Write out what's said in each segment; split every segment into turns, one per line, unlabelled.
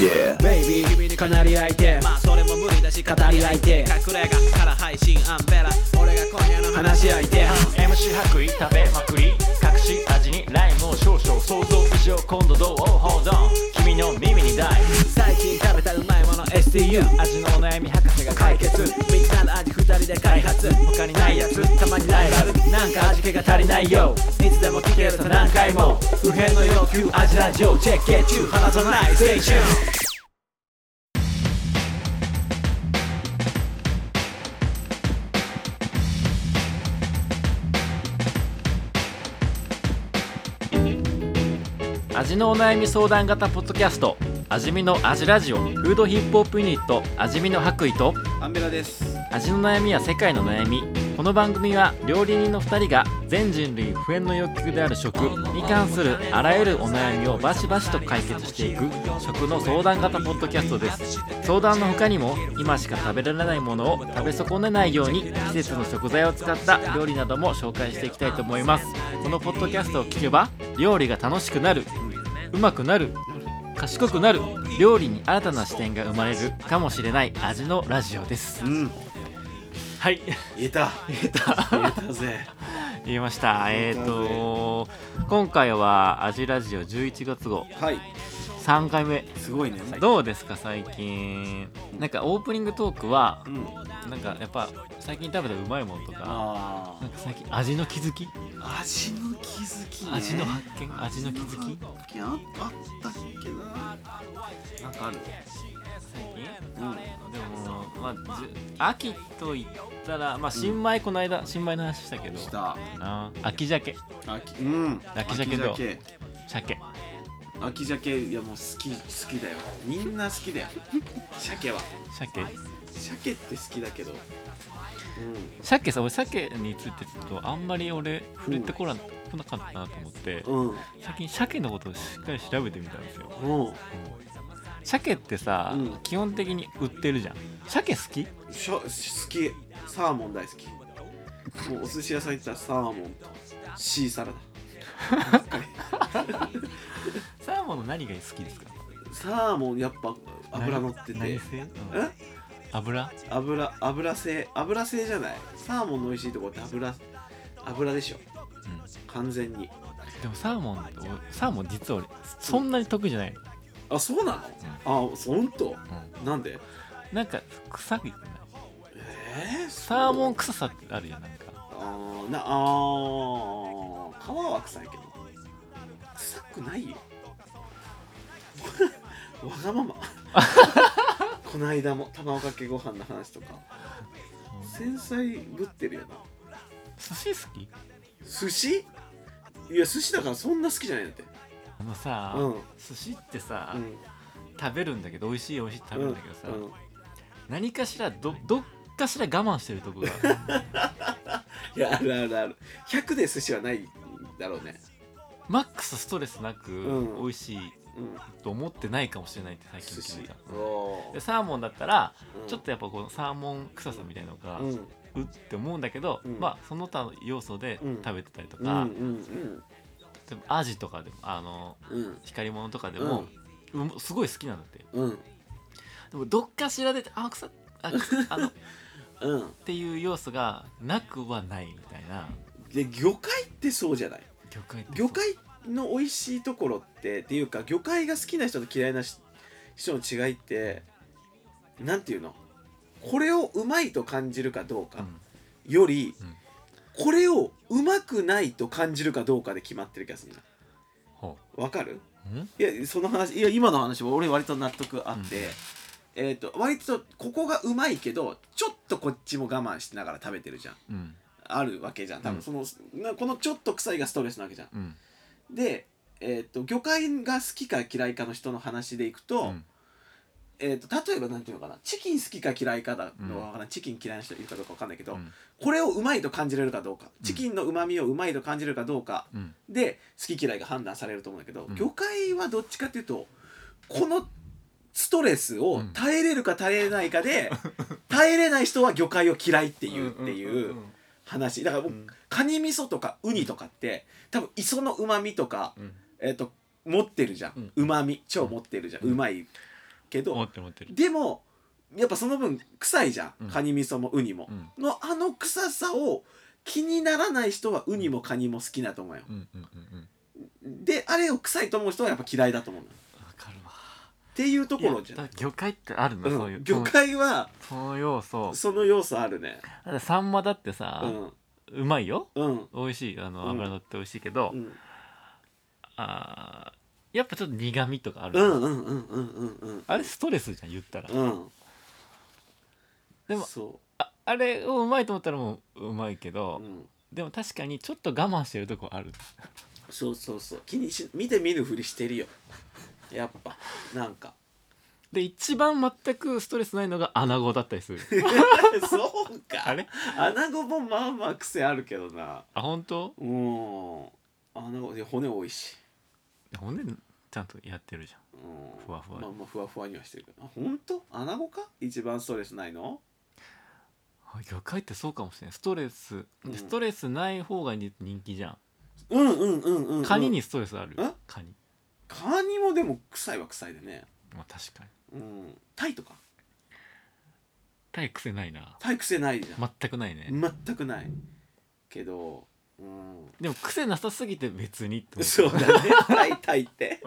Yeah
ベイビー君にかなり相手
まあそれも無理だし語り合いて隠れ家から配信アンベラ俺が今夜の
話し相手
MC 白衣食べまくり隠し味にライムを少々想像以上今度どう Hold on 君の耳に大
最近食べたうまいもの STU
味のお悩み博士が
解
解決
決みんなの味二人で開発他にないやつたまにライバルなんか味気が足りないよいつでも聞けると何回も不変の要求味ラジオチェックゲッチュー離さないステーション
味のお悩み相談型ポッドキャスト味見の味ラジオフードヒップホップユニット味見の白衣と
アンベラです
味の悩みや世界の悩みこの番組は料理人の2人が全人類不変の欲求である食に関するあらゆるお悩みをバシバシと解決していく食の相談型ポッドキャストです相談の他にも今しか食べられないものを食べ損ねないように季節の食材を使った料理なども紹介していきたいと思いますこのポッドキャストを聞けば料理が楽しくなるうまくなる賢くなる料理に新たな視点が生まれるかもしれない味のラジオです
うん
はい
言えた言えた言えたぜ
言いましたえっ、と今回は「アジラジオ」11月号
はい
3回目
すごいね最近
どうですか最近なんかオープニングトークは
うん
なんかやっぱ最近食べたうまいものとか
あ
なんか最近味の気づき
ー味の気づきね
味の発見味の気づき
発見ああったっけななんかある
最近
うん
でもまあじゅ秋と言ったらまあ新米この間新米の話したけど
した
あー秋鮭
秋うん
秋鮭どう
秋鮭
鮭
秋鮭いやもう好き好きだよみんな好きだ よ鮭は
鮭
鮭って好きだけどうん
鮭さ俺鮭についてちょっとあんまり俺触れてこらん、こなかったなと思って
うん
最近鮭のことをしっかり調べてみたんですよ
うん
鮭ってさ、
うん
基本的に売ってるじゃん鮭好き
しょ好きサーモン大好きもうお寿司屋さん行ったらサーモンとシーサラダ
サーモンの何が好きですか
サーモンやっぱ脂乗って
何
て
製、うん
え
油
油油性油性じゃないサーモンの美味しいとこって油油でしょ
うん
完全に
でもサーモンって俺サーモン実は俺そんなに得意じゃないの、
あそうなのあそほんとなんで
なんか臭くない
えー、
サーモ
ン
ン臭さってあるやんなんか
あーなあー皮は臭いけど臭くないよ わが ままこないだも卵かけご飯の話とか繊細ぶってるよな
寿司好き
寿司いや寿司だからそんな好きじゃないんだって
あのさ、
うん
寿司ってさ、
うん
食べるんだけど美味しい美味しいって食べるんだけどさ、
うんうん
何かしらどどっかしら我慢してると こがある
いやあるあるある100で寿司はないんだろうね
マックスストレスなく
うん
美味しい
うん
と思ってないかもしれないって
寿
最近
司
気づいた、
お
でサーモンだったらちょっ
と
とやっぱこのサーモン臭さみたいのが
うん
うって思うんだけど、
うん
まあその他の要素で
うん
食べてたりと
うんうん
か、
うん
でもアジとかでもあの
うん
光り物とかでも、うんすごい好きなんだって
うん
でもどっかしらであ臭っあ臭 っあのっ
うん
ていう要素がなくはないみたいな
で魚介ってそうじゃない
魚介って
魚介の美味しいところってっていうか魚介が好きな人と嫌いなし人の違いってなんていうのこれをうまいと感じるかどう
う
か
ん
より、
うん
これをうまくないと感じるかどうかで決まってる気がするな
ほ
わかる
う、うん
いやその話いや今の話は俺割と納得あって、えっ、と割とここがうまいけどちょっとこっちも我慢しながら食べてるじゃん
うん
あるわけじゃん多分その、なこのちょっと臭いがストレスなわけじゃん
うん
で、えー、と魚介が好きか嫌いかの人の話でいくと,、
うん
えー、と例えばなんていうのかなチキン好きか嫌いかだのはわからないチキン嫌いな人いるかどうかわかんないけど、
うん
これをうまいと感じれるかどうかチキンのうまみをうまいと感じれるかどうか
うん
で好き嫌いが判断されると思うんだけど、
うん
魚介はどっちかっていうとこのストレスを耐えれるか耐えれないかで、 耐えれない人は魚介を嫌いっていうっていう話だからもう、カニ味噌とかウニとかって多分磯のうまみとか、
うん
えっ、と持ってるじゃ
うん
んうまみ超持ってるじゃん、うまいけど、
思ってる思ってる
でもやっぱその分臭いじゃん、
うん
カニ味噌もウニも、
うん
のあの臭さを気にならない人はウニもカニも好きだと思うよ
うんうんうんうん
であれを臭いと思う人はやっぱ嫌いだと思うのっ
わかるわ
ていうところじゃ
い
ん、
やだ魚介ってあるの、そういううん
魚介は
そのその要素
その要素あるね
だってサンマだってさ
う、ん
うまいよ
うん
美味しいあの
うん
脂乗って美味しいけど、
うん
あーやっぱちょっと苦味とかある、
うんうんうんうんうん
あれストレスじゃん言ったら、
うんうん
でも
そ
ああれをうまいと思ったらもううまいけ
う、う、
ど
ん、
でも確かにちょっと我慢してるとこある
そうそうそう気にし見て見ぬふりしてるよやっぱなんか
で一番全くストレスないのがアナゴだった りする
そうか
あれ
アナゴもまあまあ癖あるけどな
あ本当
うんアナゴで骨多いし
骨ちゃんとやってるじゃん
うん
ふわふわ
まあまあふわふわにはしてるけどあ 本当アナゴか一番ストレスないの
あ魚介ってそうかもしれないストレス、
うん
でストレスない方が人気じゃ
うんうんうんうん、うんん、
カニにストレスある、
うん
カニ
カニもでも臭いは臭いでね
まあ確かに
うんタイとか
タイ癖ないな
タイ癖ないじゃん、
全くないね、
全くないけどうん
でも癖なさすぎて別にって思
そうだね タイタイって、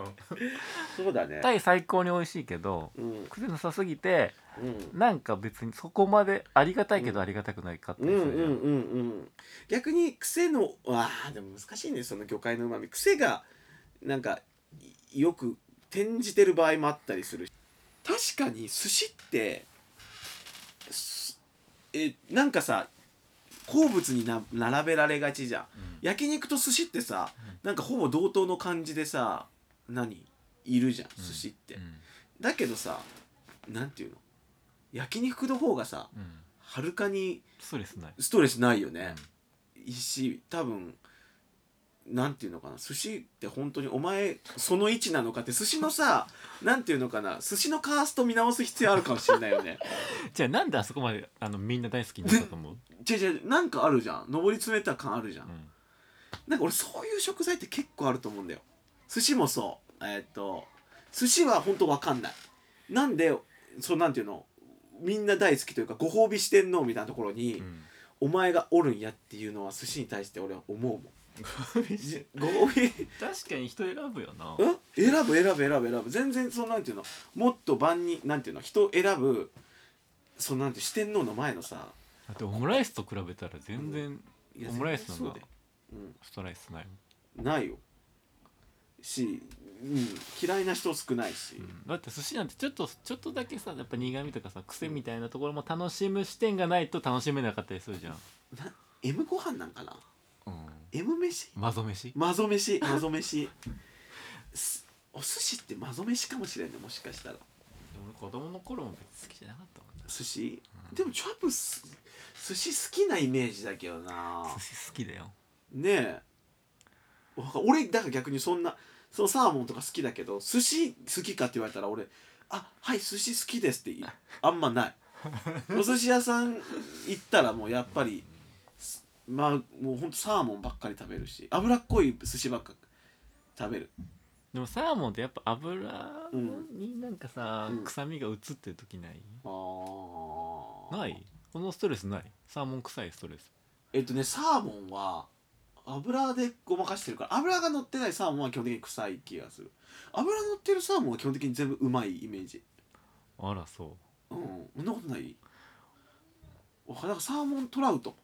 そうだね
タイ最高に美味しいけど
うん
癖なさすぎて
うん
なんか別にそこまでありがたいけどありがたくないかった
う
り
ん
す
う
る
ん
じゃ
う
ん、
んうん逆に癖のあーでも難しいねその魚介のうまみ癖がなんかいよく転じてる場合もあったりするし確かに寿司ってすえなんかさ好物にな並べられがちじゃん、焼肉と寿司ってさ、なんかほぼ同等の感じでさ何いるじゃん寿司って、
うん
だけどさなんていうの焼肉の方がさ
うん
はるかに
ストレスない
ストレスないよね、いいし多分なんていうのかな寿司って本当にお前その位置なのかって寿司の さなんていうのかな寿司のカースト見直す必要あるかもしれないよね
じゃあなんであそこまであのみんな大好きになったと 思う、
違う違うなんかあるじゃん上り詰めた感あるじゃん、
うん
なんか俺そういう食材って結構あると思うんだよ寿司もそうえーっと寿司は本当わかんないなんでそうなんていうのみんな大好きというかご褒美してんのみたいなところに、
うん
お前がおるんやっていうのは寿司に対して俺は思うもんじご褒美
確かに人選ぶよな
うん選ぶ選ぶ選ぶ選ぶ全然そのなんていうのもっと万人なんていうの人選ぶそのなんて四天王の前のさ
だってオムライスと比べたら全然
いや
オムライスの
絶
方
対
が
そうだよ
ストレスないもん、
うんないよし、うん、嫌いな人少ないし、
うんだって寿司なんてちょっとちょっとだけさやっぱ苦味とかさ癖みたいなところも楽しむ視点がないと楽しめなかったりするじゃん、
M ご飯なんかな
うん、
M 飯
マゾ飯
マゾ飯マゾ飯すお寿司ってマゾ飯かもしれんねもしかしたら
俺子供の頃も別に好きじゃなかったもんな
寿司でもチャプス寿司好きなイメージだけどな
寿司好きだよ
ねえわか俺だから逆にそんなそのサーモンとか好きだけど寿司好きかって言われたら俺「あはい寿司好きです」っていあんま ないお寿司屋さん行ったらもうやっぱりすまあもうほんとサーモンばっかり食べるし脂っこい寿司ばっか食べる
でもサーモンってやっぱ油
うん
になんかさ、
うん
臭みが移ってる時ない、
あー
ないこのストレスないサーモン臭いストレス
えっとねサーモンは油でごまかしてるから油が乗ってないサーモンは基本的に臭い気がする油乗ってるサーモンは基本的に全部うまいイメージ
あらそう
うんそんなことないおなんかサーモントラウト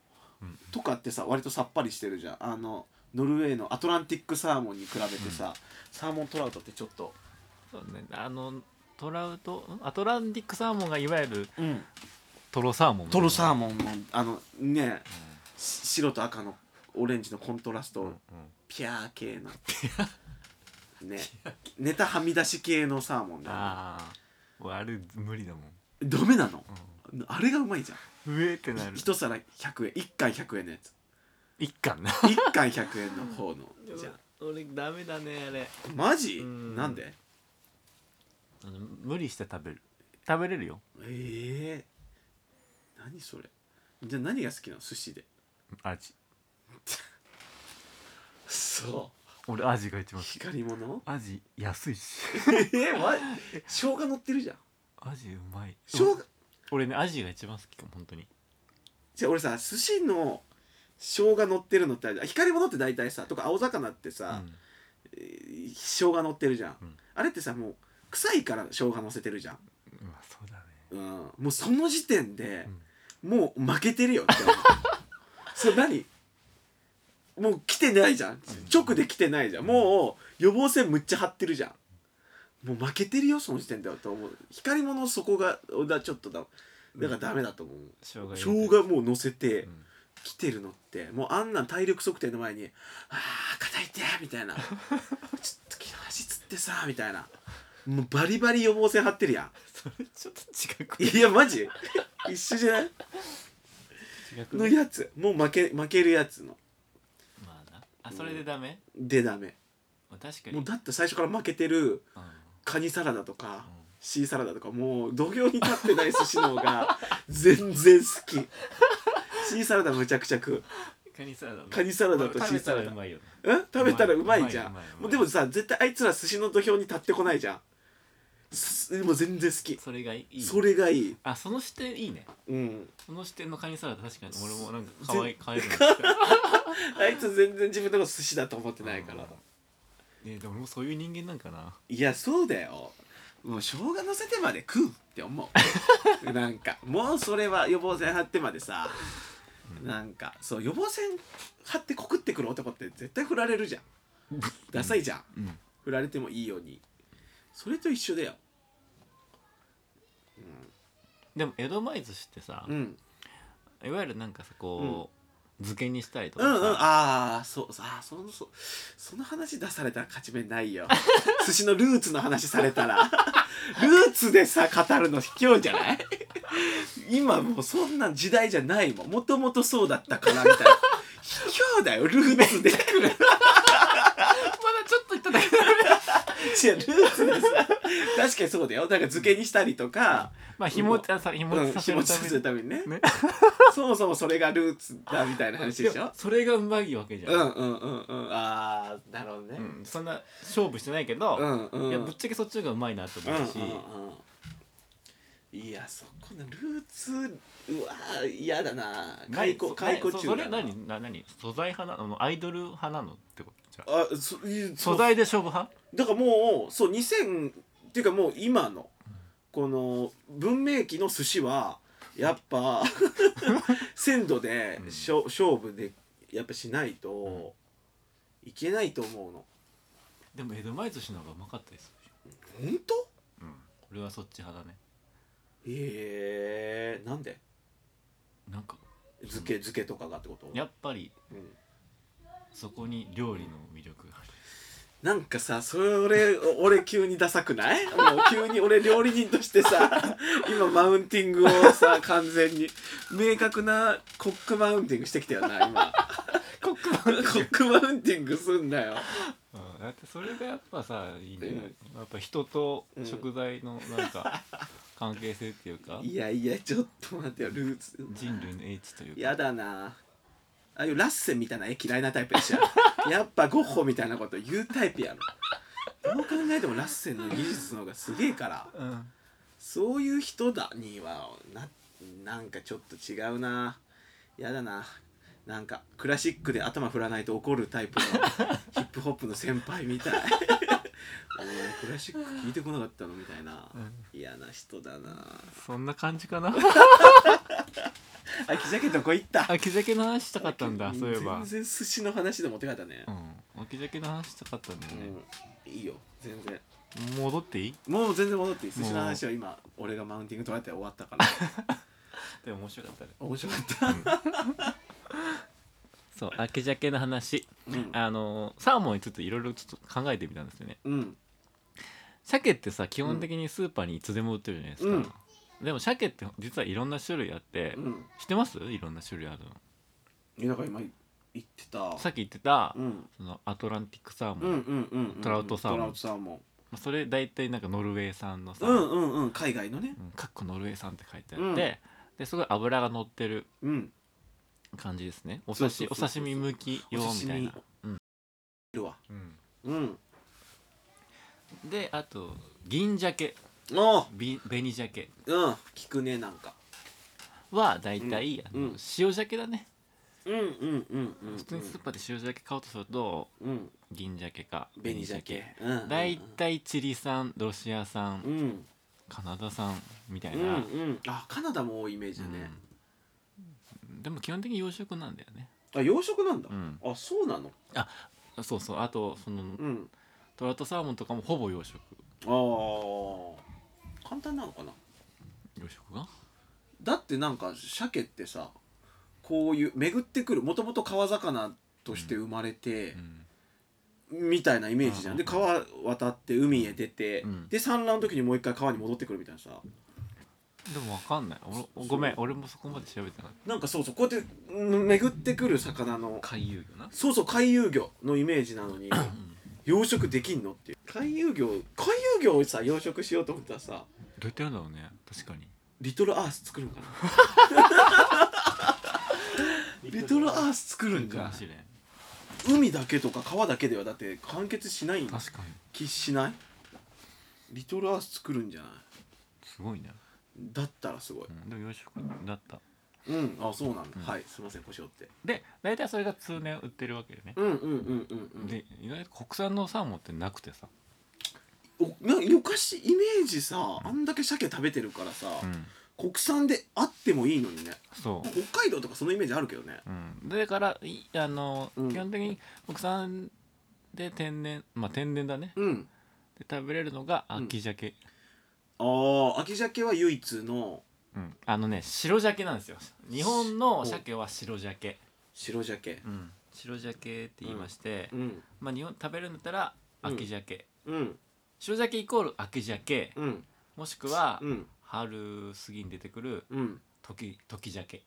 うん
とかってさ割とさっぱりしてるじゃんあのノルウェーのアトランティックサーモンに比べてさ、サーモントラウトってちょっと
そうねあのトラウトんアトランティックサーモンがいわゆる
うん
トロサーモン
トロサー
モ
モンのあのね、し白と赤のオレンジのコントラスト、ピャー系 のねネタはみ出し系のサーモンだ
ああ俺あれ無理だもん
ダメなの、あれがうまいじゃん
うえってなる
一皿100円1貫100円のやつ
一貫な
1貫100円の方のじゃ
俺ダメだねあれ
あマジ
ん
なんで
無理して食べる食べれるよ
ええ何それじゃあ何が好きなの寿司で
アジ
そう
俺アジが一番好き
光り物
アジ安いし
ええま、生姜乗ってるじゃん
アジうまい
しょうが
俺ねアジが一番好きかも本当に
じゃあ俺さ寿司の生姜乗ってるのってあるじゃん光り物って大体さとか青魚ってさ、
うん
えー生姜乗ってるじゃん、
うん
あれってさもう臭いから生姜乗せてるじゃん、
まあそうだね
うん、もうその時点で、もう負けてるよって それ何もう来てないじゃん直で来てないじゃんもう予防線むっちゃ張ってるじゃんもう負けてるよその時点ではと思う光り物そこがだちょっとだだからダメだと思う、
生姜
生
入れて
姜もう乗せて、
ん
来てるのってもうあんなん体力測定の前に「あー肩痛い」みたいな 「ちょっと昨日足つってさ」みたいなもうバリバリ予防線張ってるや
それ ちょっと違く
んいやマ ジ一緒じゃない
違く
のやつもう負け負けるやつの
まあなあそれでダメ、
でダメ
まあ、確かに
もうだって最初から負けてる
う
カニサラダとか、シーサラダとかもう土俵に立ってない寿司の方が全然好きシーサラダむちゃくちゃ食うん
カニサラダ
カニサラダとシーサラダ
食べたらうまいよね
ん食べたらうまいじゃ
うんまいうまいうまい
もうでもさ絶対あいつら寿司の土俵に立ってこないじゃんすでも全然好き
それがいい
それがいい
あその視点いいね
うん
その視点のカニサラダ確かに俺もなんか可愛い可愛いのが好きだ
あいつ全然自分のこと寿司だと思ってないから
ねでももうそういう人間なんかない
やそうだよもう生姜乗せてまで食うって思 うなんかもうそれは予防線張ってまでさなんかそう予防線張って告ってくる男って絶対振られるじゃんダサいじゃん、
ん
振られてもいいようにそれと一緒だよ
でも江戸前寿司ってさ、
うん
いわゆるなんかさこう、漬けにしたりと
うん
か
うん
さ、
ああそうあーそのそその話出されたら勝ち目ない よ寿司のルーツの話されたらルーツでさ語るの卑怯じゃない今もうそんな時代じゃないもんもともとそうだったからみたいな卑怯だよルーツで来 る違うルーツでさ確かにそうだよなんか漬けにしたりとか、
まあひもさひも
うん、
さ
日
せ
持
る
ち
た
さ
め
せ
に
るためにね
ね
そもそもそれがルーツだみたいな話でし
でも
ょ
それがうまいわけじゃん、
うんうんうんうんああなるほどね、
うんそんな勝負してないけど、
うんうん
いやぶっちゃけそっちの方がうまいなと思うし、
うんうんうん、いやそこのルーツうわー嫌だな解雇
何
解雇
そ
中
そ
だ
れ
な
何な何素材派なのアイドル派なのってことじゃあ
あそい
素
素
材で勝負派
だからもうそう2000っていうかもう今のこの文明期の寿司はやっ ぱ鮮度でしょ、勝負でやっぱしないといけないと思うの
でも江戸前寿司の方がうまかったです
本当
俺はそっち派だね
ええなんで
なんか
漬け漬けとかがってこと
やっぱり、
うん
そこに料理の魅力がある
なんかさ、それ、俺急にダサくないもう急に俺料理人として さ、今マウンティングをさ、完全に。明確なコックマウンティングしてきたよな、今。 コックマウンティングコックマウンティングすんなよ。
うんだってそれがやっぱさいいね、
う
やっぱ人と食材のなんか関係性っていうか、
いやいや、ちょっと待ってよ、ルーツ。
人類の英知というか
やだなああいうラッセンみたいな絵嫌いなタイプでし ょやっぱゴッホみたいなこと言うタイプやろどう考えてもラッセンの技術の方がすげえから、
ん
そういう人だにはななんかちょっと違うなやだななんかクラシックで頭振らないと怒るタイ プのヒップホップの先輩みたいお前クラシック聞いてこなかったのみたいな嫌な人だな
そんな感じ かな
あきじゃけどこ行った
秋鮭の話したかったんだそういえば
全、然寿司の話で持ってかれたね、
うん、秋鮭の話したかったんだよね、
うんいいよ全然
戻っていい
もう全然戻っていい寿
もう
司の話は今俺がマウンティング取られて終わったから
でも面白かったね
面白かった
そう秋鮭の話
うん
あのサーモンについていろいろちょっと考えてみたんですよね
うん
鮭ってさ基本的にスーパーにいつでも売ってるじゃないですか、でも鮭って実はいろんな種類あって、
うん
知ってますいろんな種類あるの
えなんか今言ってた
さっき言ってた、
うん
そのアトランティックサーモ
う
ン、
んう
ま
んうんうん
トラウトサーモン
トラウトサーモン
あそれ大体なんかノルウェー産のさ、
うんうんうん海外のね
うんかっこノルウェー産って書いてあっ
う
て、
ん
ですごい脂が乗ってる
うん
感じですねお
そうそうそう
刺しお
そう
刺身向き用
お
み
刺
たい
身
な、うん
いるわ
うん
うん
であと銀鮭
あ
び紅鮭
うん聞くねなんか
は大体、
うん
あの
うん
塩鮭だね
うんうんうんうん
普通にスーパーで塩鮭買おうとすると
うん
銀鮭か
紅鮭うん
大体チリ産ロシア産、
うん
カナダ産みた
う
い
んう
な、
んあカナダも多いイメージだね
でも基本的に養殖なんだよね
あ養殖なんだ
うん
あそうなの
そうそうあとその
うん
トラとサーモンとかもほぼ養殖
ああ簡単なのかな
養殖が
だってなんか鮭ってさこういう巡ってくるもともと川魚として生まれて
う、ん
みたいなイメージじゃん、
うん
で川渡って海へ出て、
うん
で産卵の時にもう一回川に戻ってくるみたいなさ
でも分かんない俺ごめん俺もそこまで調べてない
なんかそうそうこうやってうん巡ってくる魚の
海遊魚な
そうそう回遊魚のイメージなのに養殖できんのっていう回遊魚回遊魚をさ養殖しようと思ったらさ
どうやってやるんだろうね確かに
リトルアース作るんかな リトルアース作るんじ
か
ゃん
もしれん
海だけとか川だけではだって完結しないん
確かに
気しないリトルアース作るんじゃない
すごいね、
だったらすごい
うん、でも養殖だった
うんあそうなんだ、
うん
はいすいません腰折って
で大体それが通年売ってるわけよね、
うんうんうんうんうん
で意外と国産のサーモンってなくてさ、
おなよかしイメージさあんだけ鮭食べてるからさ、
うん、
国産であってもいいのにね
そ
北海道とかそのイメージあるけどね
う、うん、でだからいあの、
うん
基本的に国産で天然まあ天然だね
うん
で食べれるのが
ん
秋鮭、
ああ秋鮭は唯一の
うん、あのね白鮭なんですよ日本の鮭は白鮭、
白鮭
うん、白鮭って言いまして、
うん
まあ日本食べるんだったら
うん
秋鮭、
うん
白鮭イコール秋鮭、
うん
もしくは、
うん
春過ぎに出てくる
うん
時時鮭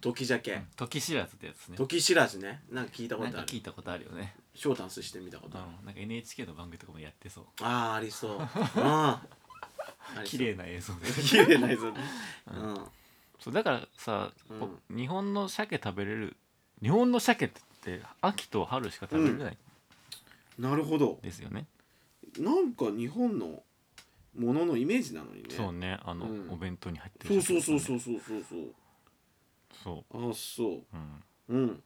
時鮭
時知らずってやつね
時知らずねなんか聞いたこ
なん
とあ
か
る
聞いたことあるよね、
ショータンスしてみたこ
うん
とある、、
なんか NHK の番組とかもやってそう
あああり そううんありそう
綺麗な映像で
綺麗な映像ね うん
そうだからさ、
うん
こ日本の鮭食べれる日本の鮭って秋と春しか食べれないん
なるほど
ですよね、
なんか日本のもののイメージなのにね
そうねあの、
うん
お弁当に入って
そう
る
そうそう
う
そうそうそうそう
そ、
ああそう
うん、
ううん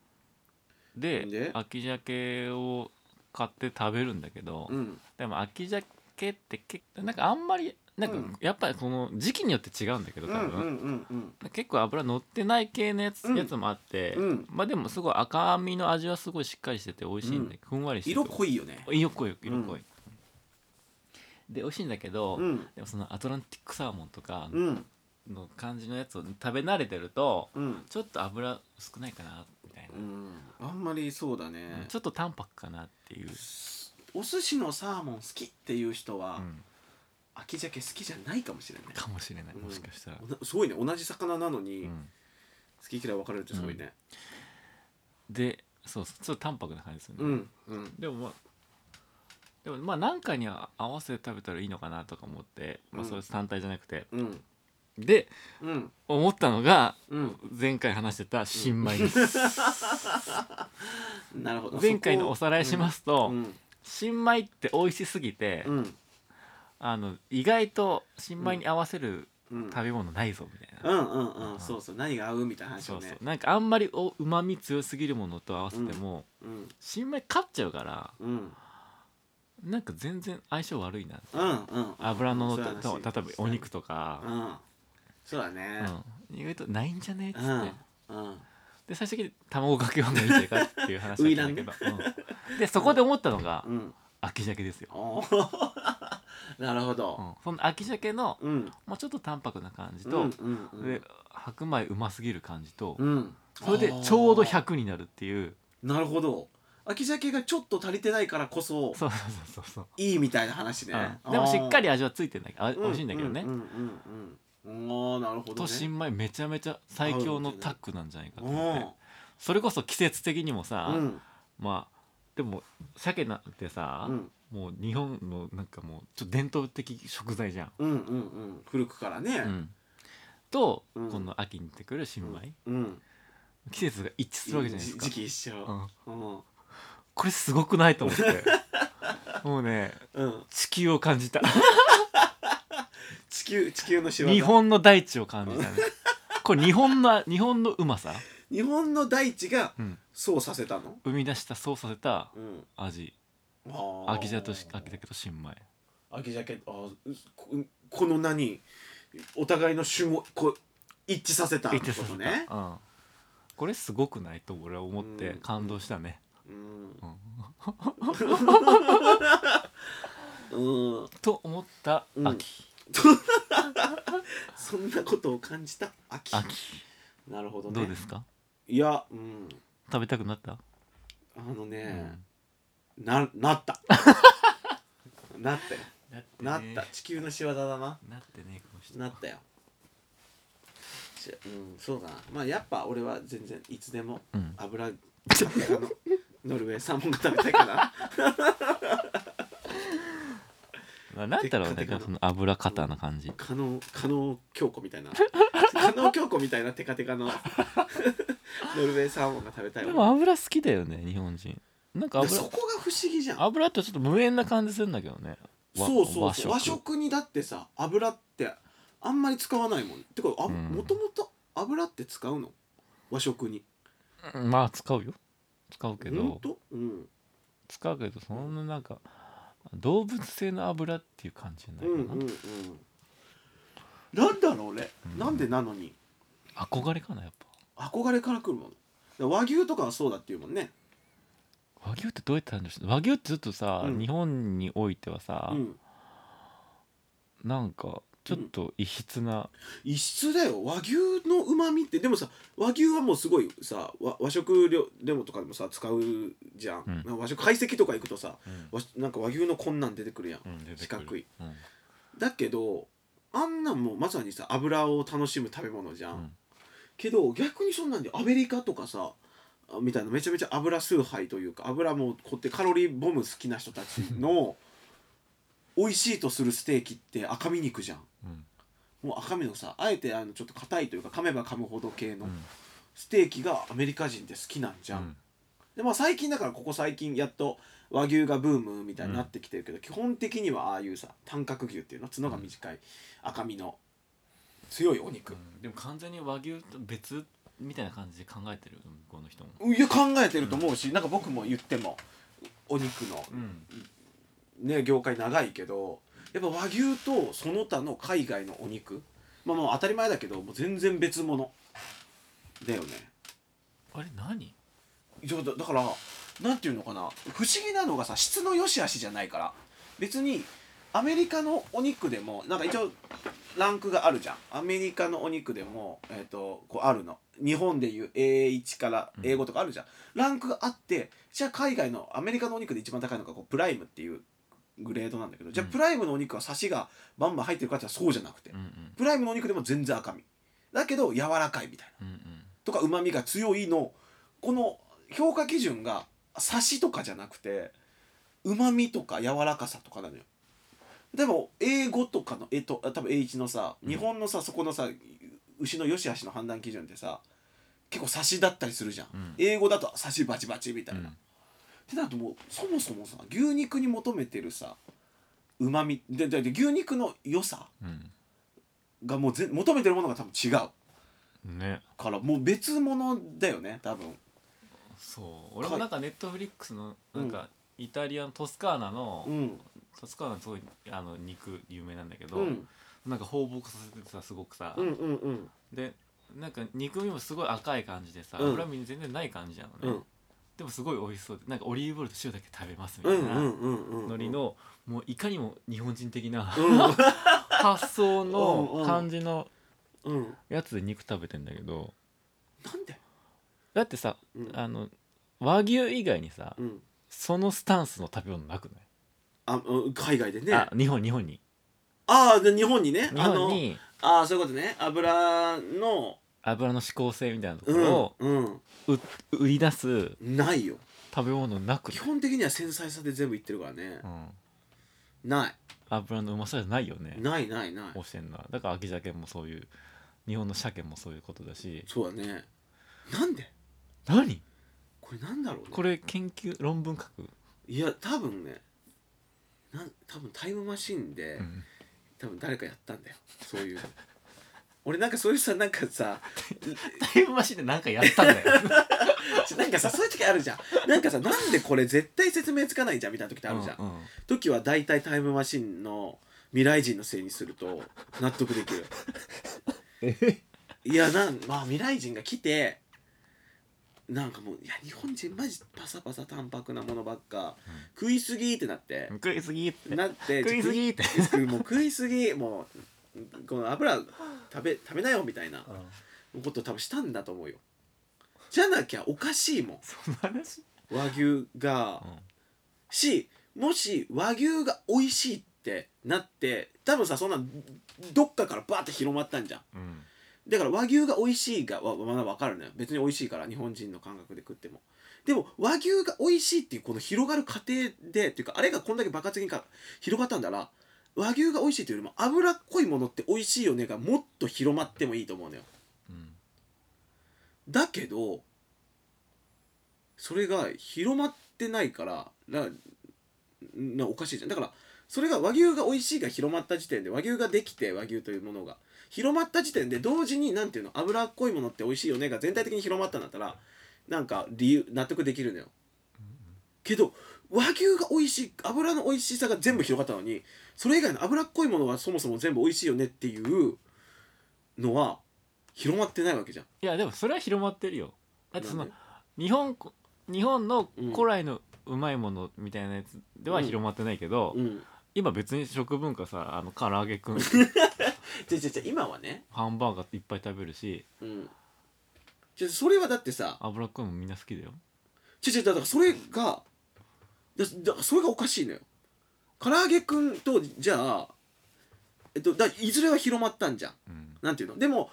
で
で
秋鮭を買って食べるんだけど、
うん
でも秋鮭って結構なんかあんまりなんか
うん
やっぱりその時期によって違うんだけど
う
多
んう
分、
んうん
結構油乗ってない系のやつ,、
うん
やつもあって、
うん
まあでもすごい赤身の味はすごいしっかりしてて美味しいんで、ふんわりしてて
色濃いよね
色濃い色濃い、で美味しいんだけど、
うん
でもそのアトランティックサーモンとか
うん
の感じのやつを食べ慣れてると、
うん
ちょっと油少ないかなみたいな
う、んあんまりそうだね
ちょっと淡白かなっていう、
お寿司のサーモン好きっていう人は、
うん
秋鮭好きじゃないかもしれない
かもしれない
うん
もしかしたら、
おなすごいね同じ魚なのに、
うん
好き嫌い分かれるってすごいね
でそうそうちょっと淡白な感じですよね、
うんうん
でもまあでもまあ何かには合わせて食べたらいいのかなとか思って、まあ、
うん
それ単体じゃなくて、
うん
で
うん
思ったのが
うん
前回話してた新米です、
なるほど
前回のおさらいしますと、
うん
新米って美味しすぎて、
うん
あの意外と新米に合わせる
うん
食べ物ないぞみたいな、
うんうんうんそうそう何が合うみたいな話
そ
を
うそ
ね
うなんかあんまりおうまみ強すぎるものと合わせても、
うん
新米勝っちゃうから
うんうん
なんか全然相性悪いな
うん
油の
そう
乗
や
っ
な
た例えばお肉とか
う、んそうだね
うん、意外とないんじゃねっつって、
うんうん
で最終的に卵かけはないんじゃないかってい う話だったんだけど、うんでそこで思ったのが
うん
秋鮭ですよ、
おー なるほ
う
ど
ん、その秋鮭の
うん
もうちょっと淡白な感じ
うん、
と
うんうん
で白米うますぎる感じと、
うん
それでちょうど
あー
100になるっていう
なるほど秋鮭がちょっと足りてないからこそ
そうそうそうそう
いいみたいな話ね
うんでもしっかり
あ
味はついてんだけどあ
ー
美味しいんだけどね、
うんうんうんうんああなるほど
と
ね
新米めちゃめちゃ最強のタッグなんじゃないかと
う
思って
ん
それこそ季節的にもさ、
うん
まあでも鮭なんてさ、
うん
もう日本のなんかもうちょっと伝統的食材じゃん。
うんうんうん古くからね
うんと、
うん
この秋に出てくる新米、
うん
季節が一致するわけじゃないですか
時期一緒
うん
うん
これすごくないと思ってもうね
うん
地球を感じた
球地球の仕業
日本の大地を感じたねこれ日本の日本のうまさ
日本の大地が
うん
そうさせたの、
生み出したそうさせた
うん、
味
あ
秋鮭とし秋鮭と新米
秋鮭あーここの何お互いの旬をこう一致させた
言ってさ
ことね
うん、これすごくないと俺は思って
うん
感動したね、
うん、うん、
と思った
うん
秋、
そんなことを感じた秋
秋
なるほどね
どうですか
いやうん
食べたくなった、
あの
う
ね
ん、
ななった なったよ
だって
なった地球の仕業だな
なってねこの人
なったよしうんそうだなまあやっぱ俺は全然いつでも
うん
油、アフリカのノルウェーサーモンが食べたいから
まあ、なんだろう
テッ
ね
カテカの
その油型な感じ、
加納加納京子みたいな加納京子みたいなテカテカ のノルウェーサーモンが食べたい
で
わ
も油好きだよね日本人なんか油
そこが不思議じゃん
油ってちょっと無縁な感じするんだけどねわ
そうそうそう和食
和食
にだってさ油ってあんまり使わないもんてかあ
うん
もともと油って使うの和食に
うんまあ使うよ使うけ
ほん
ど
とうん
使うけどそんななんか動物性の油っていう感じじゃな
う
い
ん
か
う
な、
んうんなんだろうね、なんでなのに
憧れかなやっ
憧れから来るものだから和牛とかはそうだっていうもんね
ぱ和牛ってどうやって誕生した和牛ってずっとさ、
うん
日本においてはさ、
うん
なんかちょっと異質な、
異質だよ和牛のうまみってでもさ和牛はもうすごいさ和和食料でもとかでもさ使うじゃん、
うん
なんか和食解析とか行くとさ
うん
わなんか和牛のこんなん出てくるやん
うん出て
四
くる
角い
うん
だけどあんなんもうまさにさ油を楽しむ食べ物じゃん、
うん
けど逆にそんなんでアメリカとかさあみたいなめちゃめちゃ油崇拝というか油もこってカロリーボム好きな人たち の美味しいとするステーキって赤身肉じゃん
うん
もう赤身のさあえてあのちょっと硬いというか噛めば噛むほど系の
ん
ステーキがアメリカ人って好きなんじゃん、
うん
でまあ最近だからここ最近やっと和牛がブームみたいになってきてるけど、基本的にはああいうさ短角牛っていうの角が短い赤身の強いお肉、
でも完全に和牛と別みたいな感じで考えてる向こうの人も
いや考えてると思うし、なんか僕も言ってもお肉の
うん
ね業界長いけどやっぱ和牛とその他の海外のお肉まあまあ当たり前だけどもう全然別物だよね
あれ何
いやだだからなんていうのかな不思議なのがさ質の良し悪しじゃないから別にアメリカのお肉でもなんか一応ランクがあるじゃんアメリカのお肉でも、えっとこうあるの日本でいう A1 から英語とかあるじゃん、ランクがあってじゃあ海外のアメリカのお肉で一番高いのがこうプライムっていうグレードなんだけどじゃあプライムのお肉はサシがバンバン入ってるかって言ったらそうじゃなくて
うんうん
プライムのお肉でも全然赤身だけど柔らかいみたいな。
うん
とかうまみが強いのこの評価基準が差しとかじゃなくてうまみとか柔らかさとかなのよでも英語とかのえっとあ多分 A1 のさ日本のさそこのさ牛の良し悪しの判断基準ってさ結構差しだったりするじゃん、
ん
英語だと差しバチバチみたいな、
うん
ってなるともうそもそもさ牛肉に求めてるさうまみででで牛肉の良さ
うん
がもうぜ求めてるものが多分違う
うんね
からもう別物だよね多分
そう俺もなんかネットフリックスのなんかイタリアのトスカーナの、
うん
トスカーナすごいあの肉有名なんだけど、
うん
なんか放牧させててさすごくさ、
うんうんうん
でなんか肉味もすごい赤い感じでさ、
うん
脂身に全然ない感じなの
う
ね、
ん
でもすごい美味しそうでなんかオリーブオイルと塩だけ食べますみ
う
たい
ん
な、
うんうんうん
のりのもういかにも日本人的な、
うん
発想
うんう
の
ん
感じの
うん
やつで肉食べてんだけど
なんで
だってさ、
うん
あの和牛以外にさ、
うん
そのスタンスの食べ物なくない、
あうん海外でね
あ
あ
日本日本に
あーで日本にね
日
あ
本
の
に
ああそういうことね油の
油の指向性みたいなとこ
うん
ろを
うん
売り出す
ないよ
食べ物なく
基
ない、
本的には繊細さで全部いってるからね
うん、
ない
油のうまさじゃないよね
ないないない
押してんなだから秋鮭もそういう日本の鮭もそういうことだし
そうだねなんで
何
これなんだろうね
これ研究論文書く、
いや多分ねなん多分タイムマシンで、
うん
多分誰かやったんだよそういうの俺なんかそういうさなんかさ
タイムマシンでなんかやったんだよ
なんかさそういう時あるじゃんなんかさなんでこれ絶対説明つかないじゃんみたいな時ってあるじゃん、
うんうん
時は大体タイムマシンの未来人のせいにすると納得できるいやなんまあ未来人が来てなんかもういや日本人マジパサパサ淡白なものばっか、食いすぎってなって、
食いすぎって
なって
食いすぎって
食いもう食いすぎもうこの油食べ食べなよみたいなことを多分したんだと思うよじゃなきゃおかしいもん
その話
和牛が、
うん
しもし和牛が美味しいってなって多分さそんなんどっかからバーって広まったんじゃん
うん
だから和牛が美味しいがわまだ分かるのよ別に美味しいから日本人の感覚で食ってもでも和牛が美味しいっていうこの広がる過程でっていうかあれがこんだけ爆発的にか広がったんだら和牛が美味しいというよりも脂っこいものって美味しいよねがもっと広まってもいいと思うのよ
うん
だけどそれが広まってないからななおかしいじゃんだからそれが和牛が美味しいが広まった時点で和牛ができて和牛というものが広まった時点で同時になんていうの脂っこいものって美味しいよねが全体的に広まったんだったらなんか理由納得できるのよけど和牛が美味しい脂の美味しさが全部広がったのにそれ以外の脂っこいものはそもそも全部美味しいよねっていうのは広まってないわけじゃん
いやでもそれは広まってるよだってそ
な
の
んで
日本こ日本の
うん
古来のうまいものみたいなやつでは広まってないけど、
うん
今別に食文化さあの唐揚げ くん
じゃじゃじゃ今はね、
ハンバーガーいっぱい食べるし
うん、じゃそれはだってさ
脂っこいもんみんな好きだよ
ちょちょだからそれがだだからそれがおかしいのよ唐揚げくんとじゃあえっとだいずれは広まったんじゃん
うん
なんていうのでも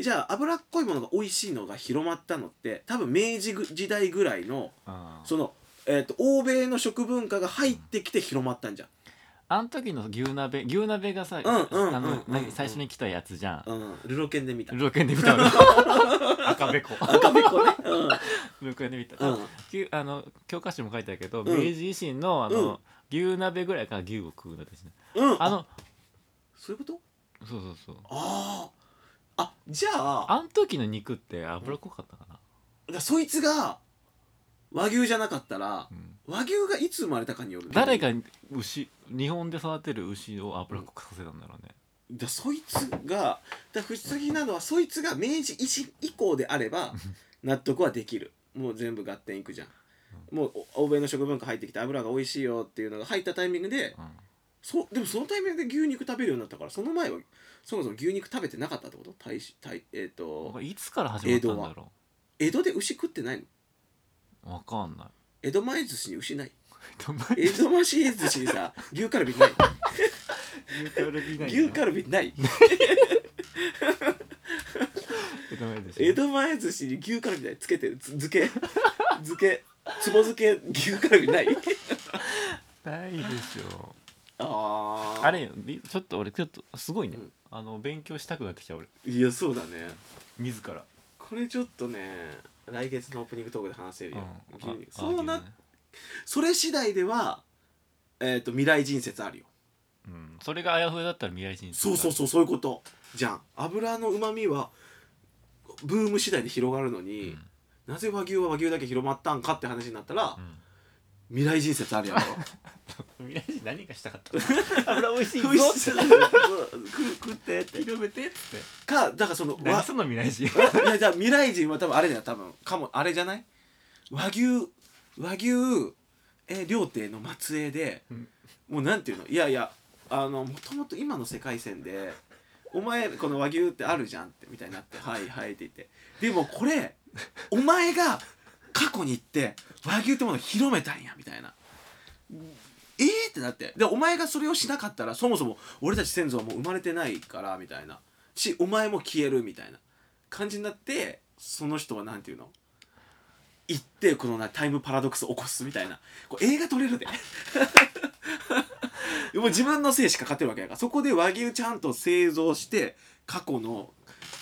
じゃあ脂っこいものが美味しいのが広まったのって多分明治ぐ時代ぐらいの
あー
その、えっと欧米の食文化が入ってきて広まったんじゃん
あの時の牛鍋牛鍋がさ、
うんうんうん
あの
うん
何最初に来たやつじゃん、
うんルロケンで見た
ルロケンで見たの 赤べこ
赤べこねうん
ルロケンで見た、
うん
きゅあの教科書にも書いてあるけど、
ん
明治維新のあの、牛鍋ぐらいから牛を食うんだったしね
うん
あの
そういうこと
そうそうそう
あああじゃあ
あの時の肉って脂っこかったかな、
だからそいつが和牛じゃなかったら
うん
和牛がいつ生まれたかによるね
誰
だか
が牛日本で育てる牛を脂っこくさせたんだろうね、
らそいつがだから不思議なのはそいつが明治維新以降であれば納得はできるもう全部合点いくじゃん、もうお欧米の食文化入ってきて油が美味しいよっていうのが入ったタイミングで
うん
そでもそのタイミングで牛肉食べるようになったからその前はそもそも牛肉食べてなかったってこと大し大えっ、
ことれいつから始まったんだろ
江戸で牛食ってないの
うわかんない
江戸前寿司に牛ない
どんな
江戸前寿司にさ牛カル ビない牛
牛
カルビない江
江戸
戸前寿司に牛カルビないつけてるつ漬け漬けつぼ漬け牛カルビない
ないでしょ
ああ
あれよちょっと俺ちょっとすごいね、
うん
あの勉強したくなってきた俺
いやそうだね
自ら、
これちょっとね来月のオープニングトークで話せる
うん
よ、
あ
牛そうな
あね
それ次第ではえっ、と未来人説あるよ
うん、それがあやふやだったら未来人
そうそうそうそういうことじゃん油のうまみはブーム次第で広がるのに、なぜ和牛は和牛だけ広まったんかって話になったら、
ん
未来人説あるやろ
未来人何がしたかったの油美味しいぞ
食いし食ってって
広めてっつって
かだからその
何
わ
その未 来人
いやじゃあ未来人は多分あれだよ多分かもあれじゃない和牛和牛えー料亭の末裔で、もうなんていうのいやいやあのもともと今の世界線でお前この和牛ってあるじゃんってみたいになって「はいはい」って言ってでもこれお前が過去に行って和牛ってものを広めたんやみたいな。えーってなってでお前がそれをしなかったらそもそも俺たち先祖はもう生まれてないからみたいなしお前も消えるみたいな感じになってその人はなんていうの行ってこのなタイムパラドックスを起こすみたいなこう映画撮れるで もう自分のせいしか勝てるわけやからそこで和牛ちゃんと製造して過去の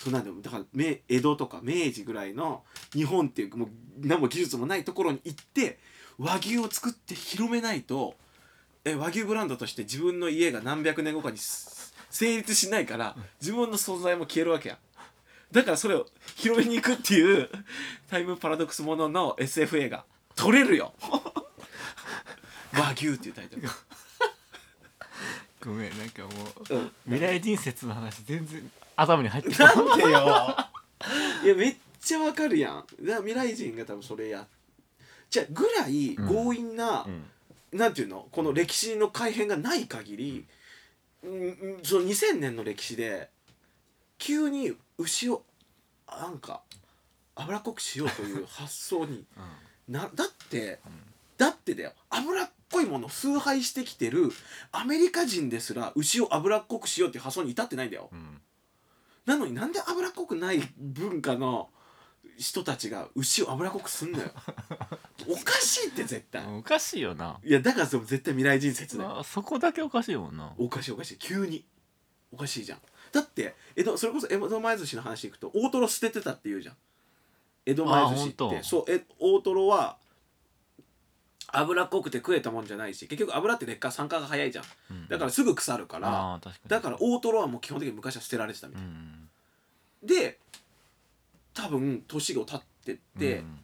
そうなんだよだから明江戸とか明治ぐらいの日本っていうもう何も技術もないところに行って和牛を作って広めないとえ和牛ブランドとして自分の家が何百年後かにす成立しないから自分の存在も消えるわけやだからそれを広めに行くっていうタイムパラドックスものの SF 映画「撮れるよ和牛」っていうタイトル
ごめんなんかもう
うん
未来人説の話全然頭に入ってこない
なんでよいやめっちゃわかるやんだから未来人が多分それやじゃあぐらい強引な、なんていうのこの歴史の改変がない限り、うんうんその2000年の歴史で急に牛をなんか脂っこくしようという発想に、なだって、だってだよ脂っこいものを崇拝してきてるアメリカ人ですら牛を脂っこくしようっていう発想に至ってないんだよ。
ん
なのになんで脂っこくない文化の人たちが牛を脂っこくすんのよおかしいって絶対
おかしいよない
やだからそれ絶対未来人説だよ
あそこだけおかしいもんな
おかしいおかしい急におかしいじゃんだって江戸それこそ江戸前寿司の話でいくと大トロ捨ててたって言うじゃん江戸前寿司っ
あほん
て
と
そうえ大トロは脂っこくて食えたもんじゃないし結局油って劣化酸化が早いじゃんだからすぐ腐るから、
あー確かに
だから大トロはもう基本的に昔は捨てられてたみたいな
うん
で多分年を経ってって、
うん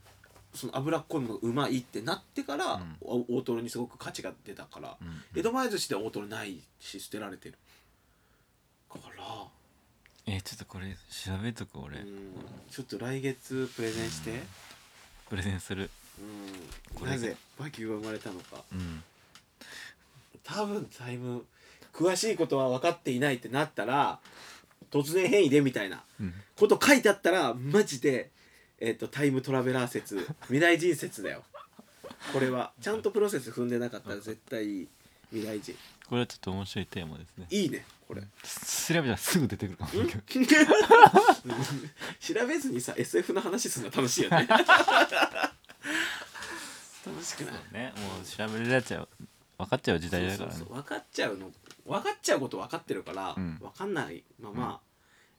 その脂っこいものがうまいってなってから、
うん
お大トロにすごく価値が出たから、
うん
江戸前寿司では大トロないし捨てられてるから、
えちょっとこれ調べとく俺
うん、ちょっと来月プレゼンして、
プレゼンする
う
こ
ん、
れ
なぜ和牛は生まれたのか
うん
多分タイム詳しいことは分かっていないってなったら突然変異でみたいな
うん
こと書いてあったらマジで、えっとタイムトラベラー説未来人説だよこれはちゃんとプロセス踏んでなかったら絶対未来人
これはちょっと面白いテーマですね
いいねこれ
す調べたらすぐ出てくるかもしれないけど
調べずにさ SF の話するの楽しいよ ね楽しくない
ねもう調べられちゃう分かっちゃう時代だからね
そうそうそう分かっちゃうの分かっちゃうこと分かってるから、
うん
分かんないまま、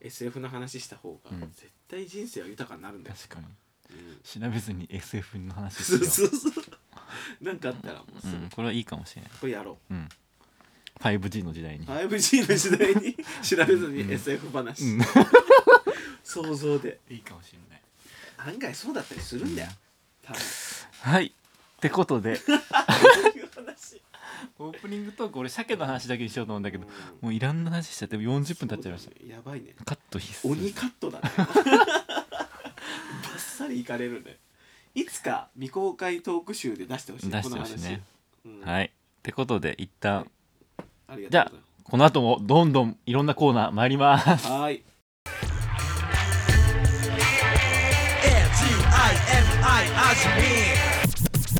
SF の話した方が
うん
絶対人生は豊かになるんだよ、
確かに
うん
調べずに SF の話
そう
しよ
そうそうなんかあったらもうす
う
ぐ
うんこれはいいかもしれない
これやろう
うん 5G の時代に
5G の時代 に調べずに SF 話、
うん
想像で
いいかもしれない
案外そうだったりするんだよ、多分
はいってことで
そういう話
オープニングトーク俺鮭の話だけにしようと思うんだけどもういらんな話しちゃって40分経っちゃいました
やばいね
カット必須
鬼カット だねバッサリいかれるねいつか未公開トーク集で出してほしい
出してほしいね
この話、うん
はいってことで一旦
ありがとうございます
じゃこの後もどんどんいろんなコーナー参ります
はーい。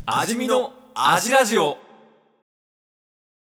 味見の味ラジオ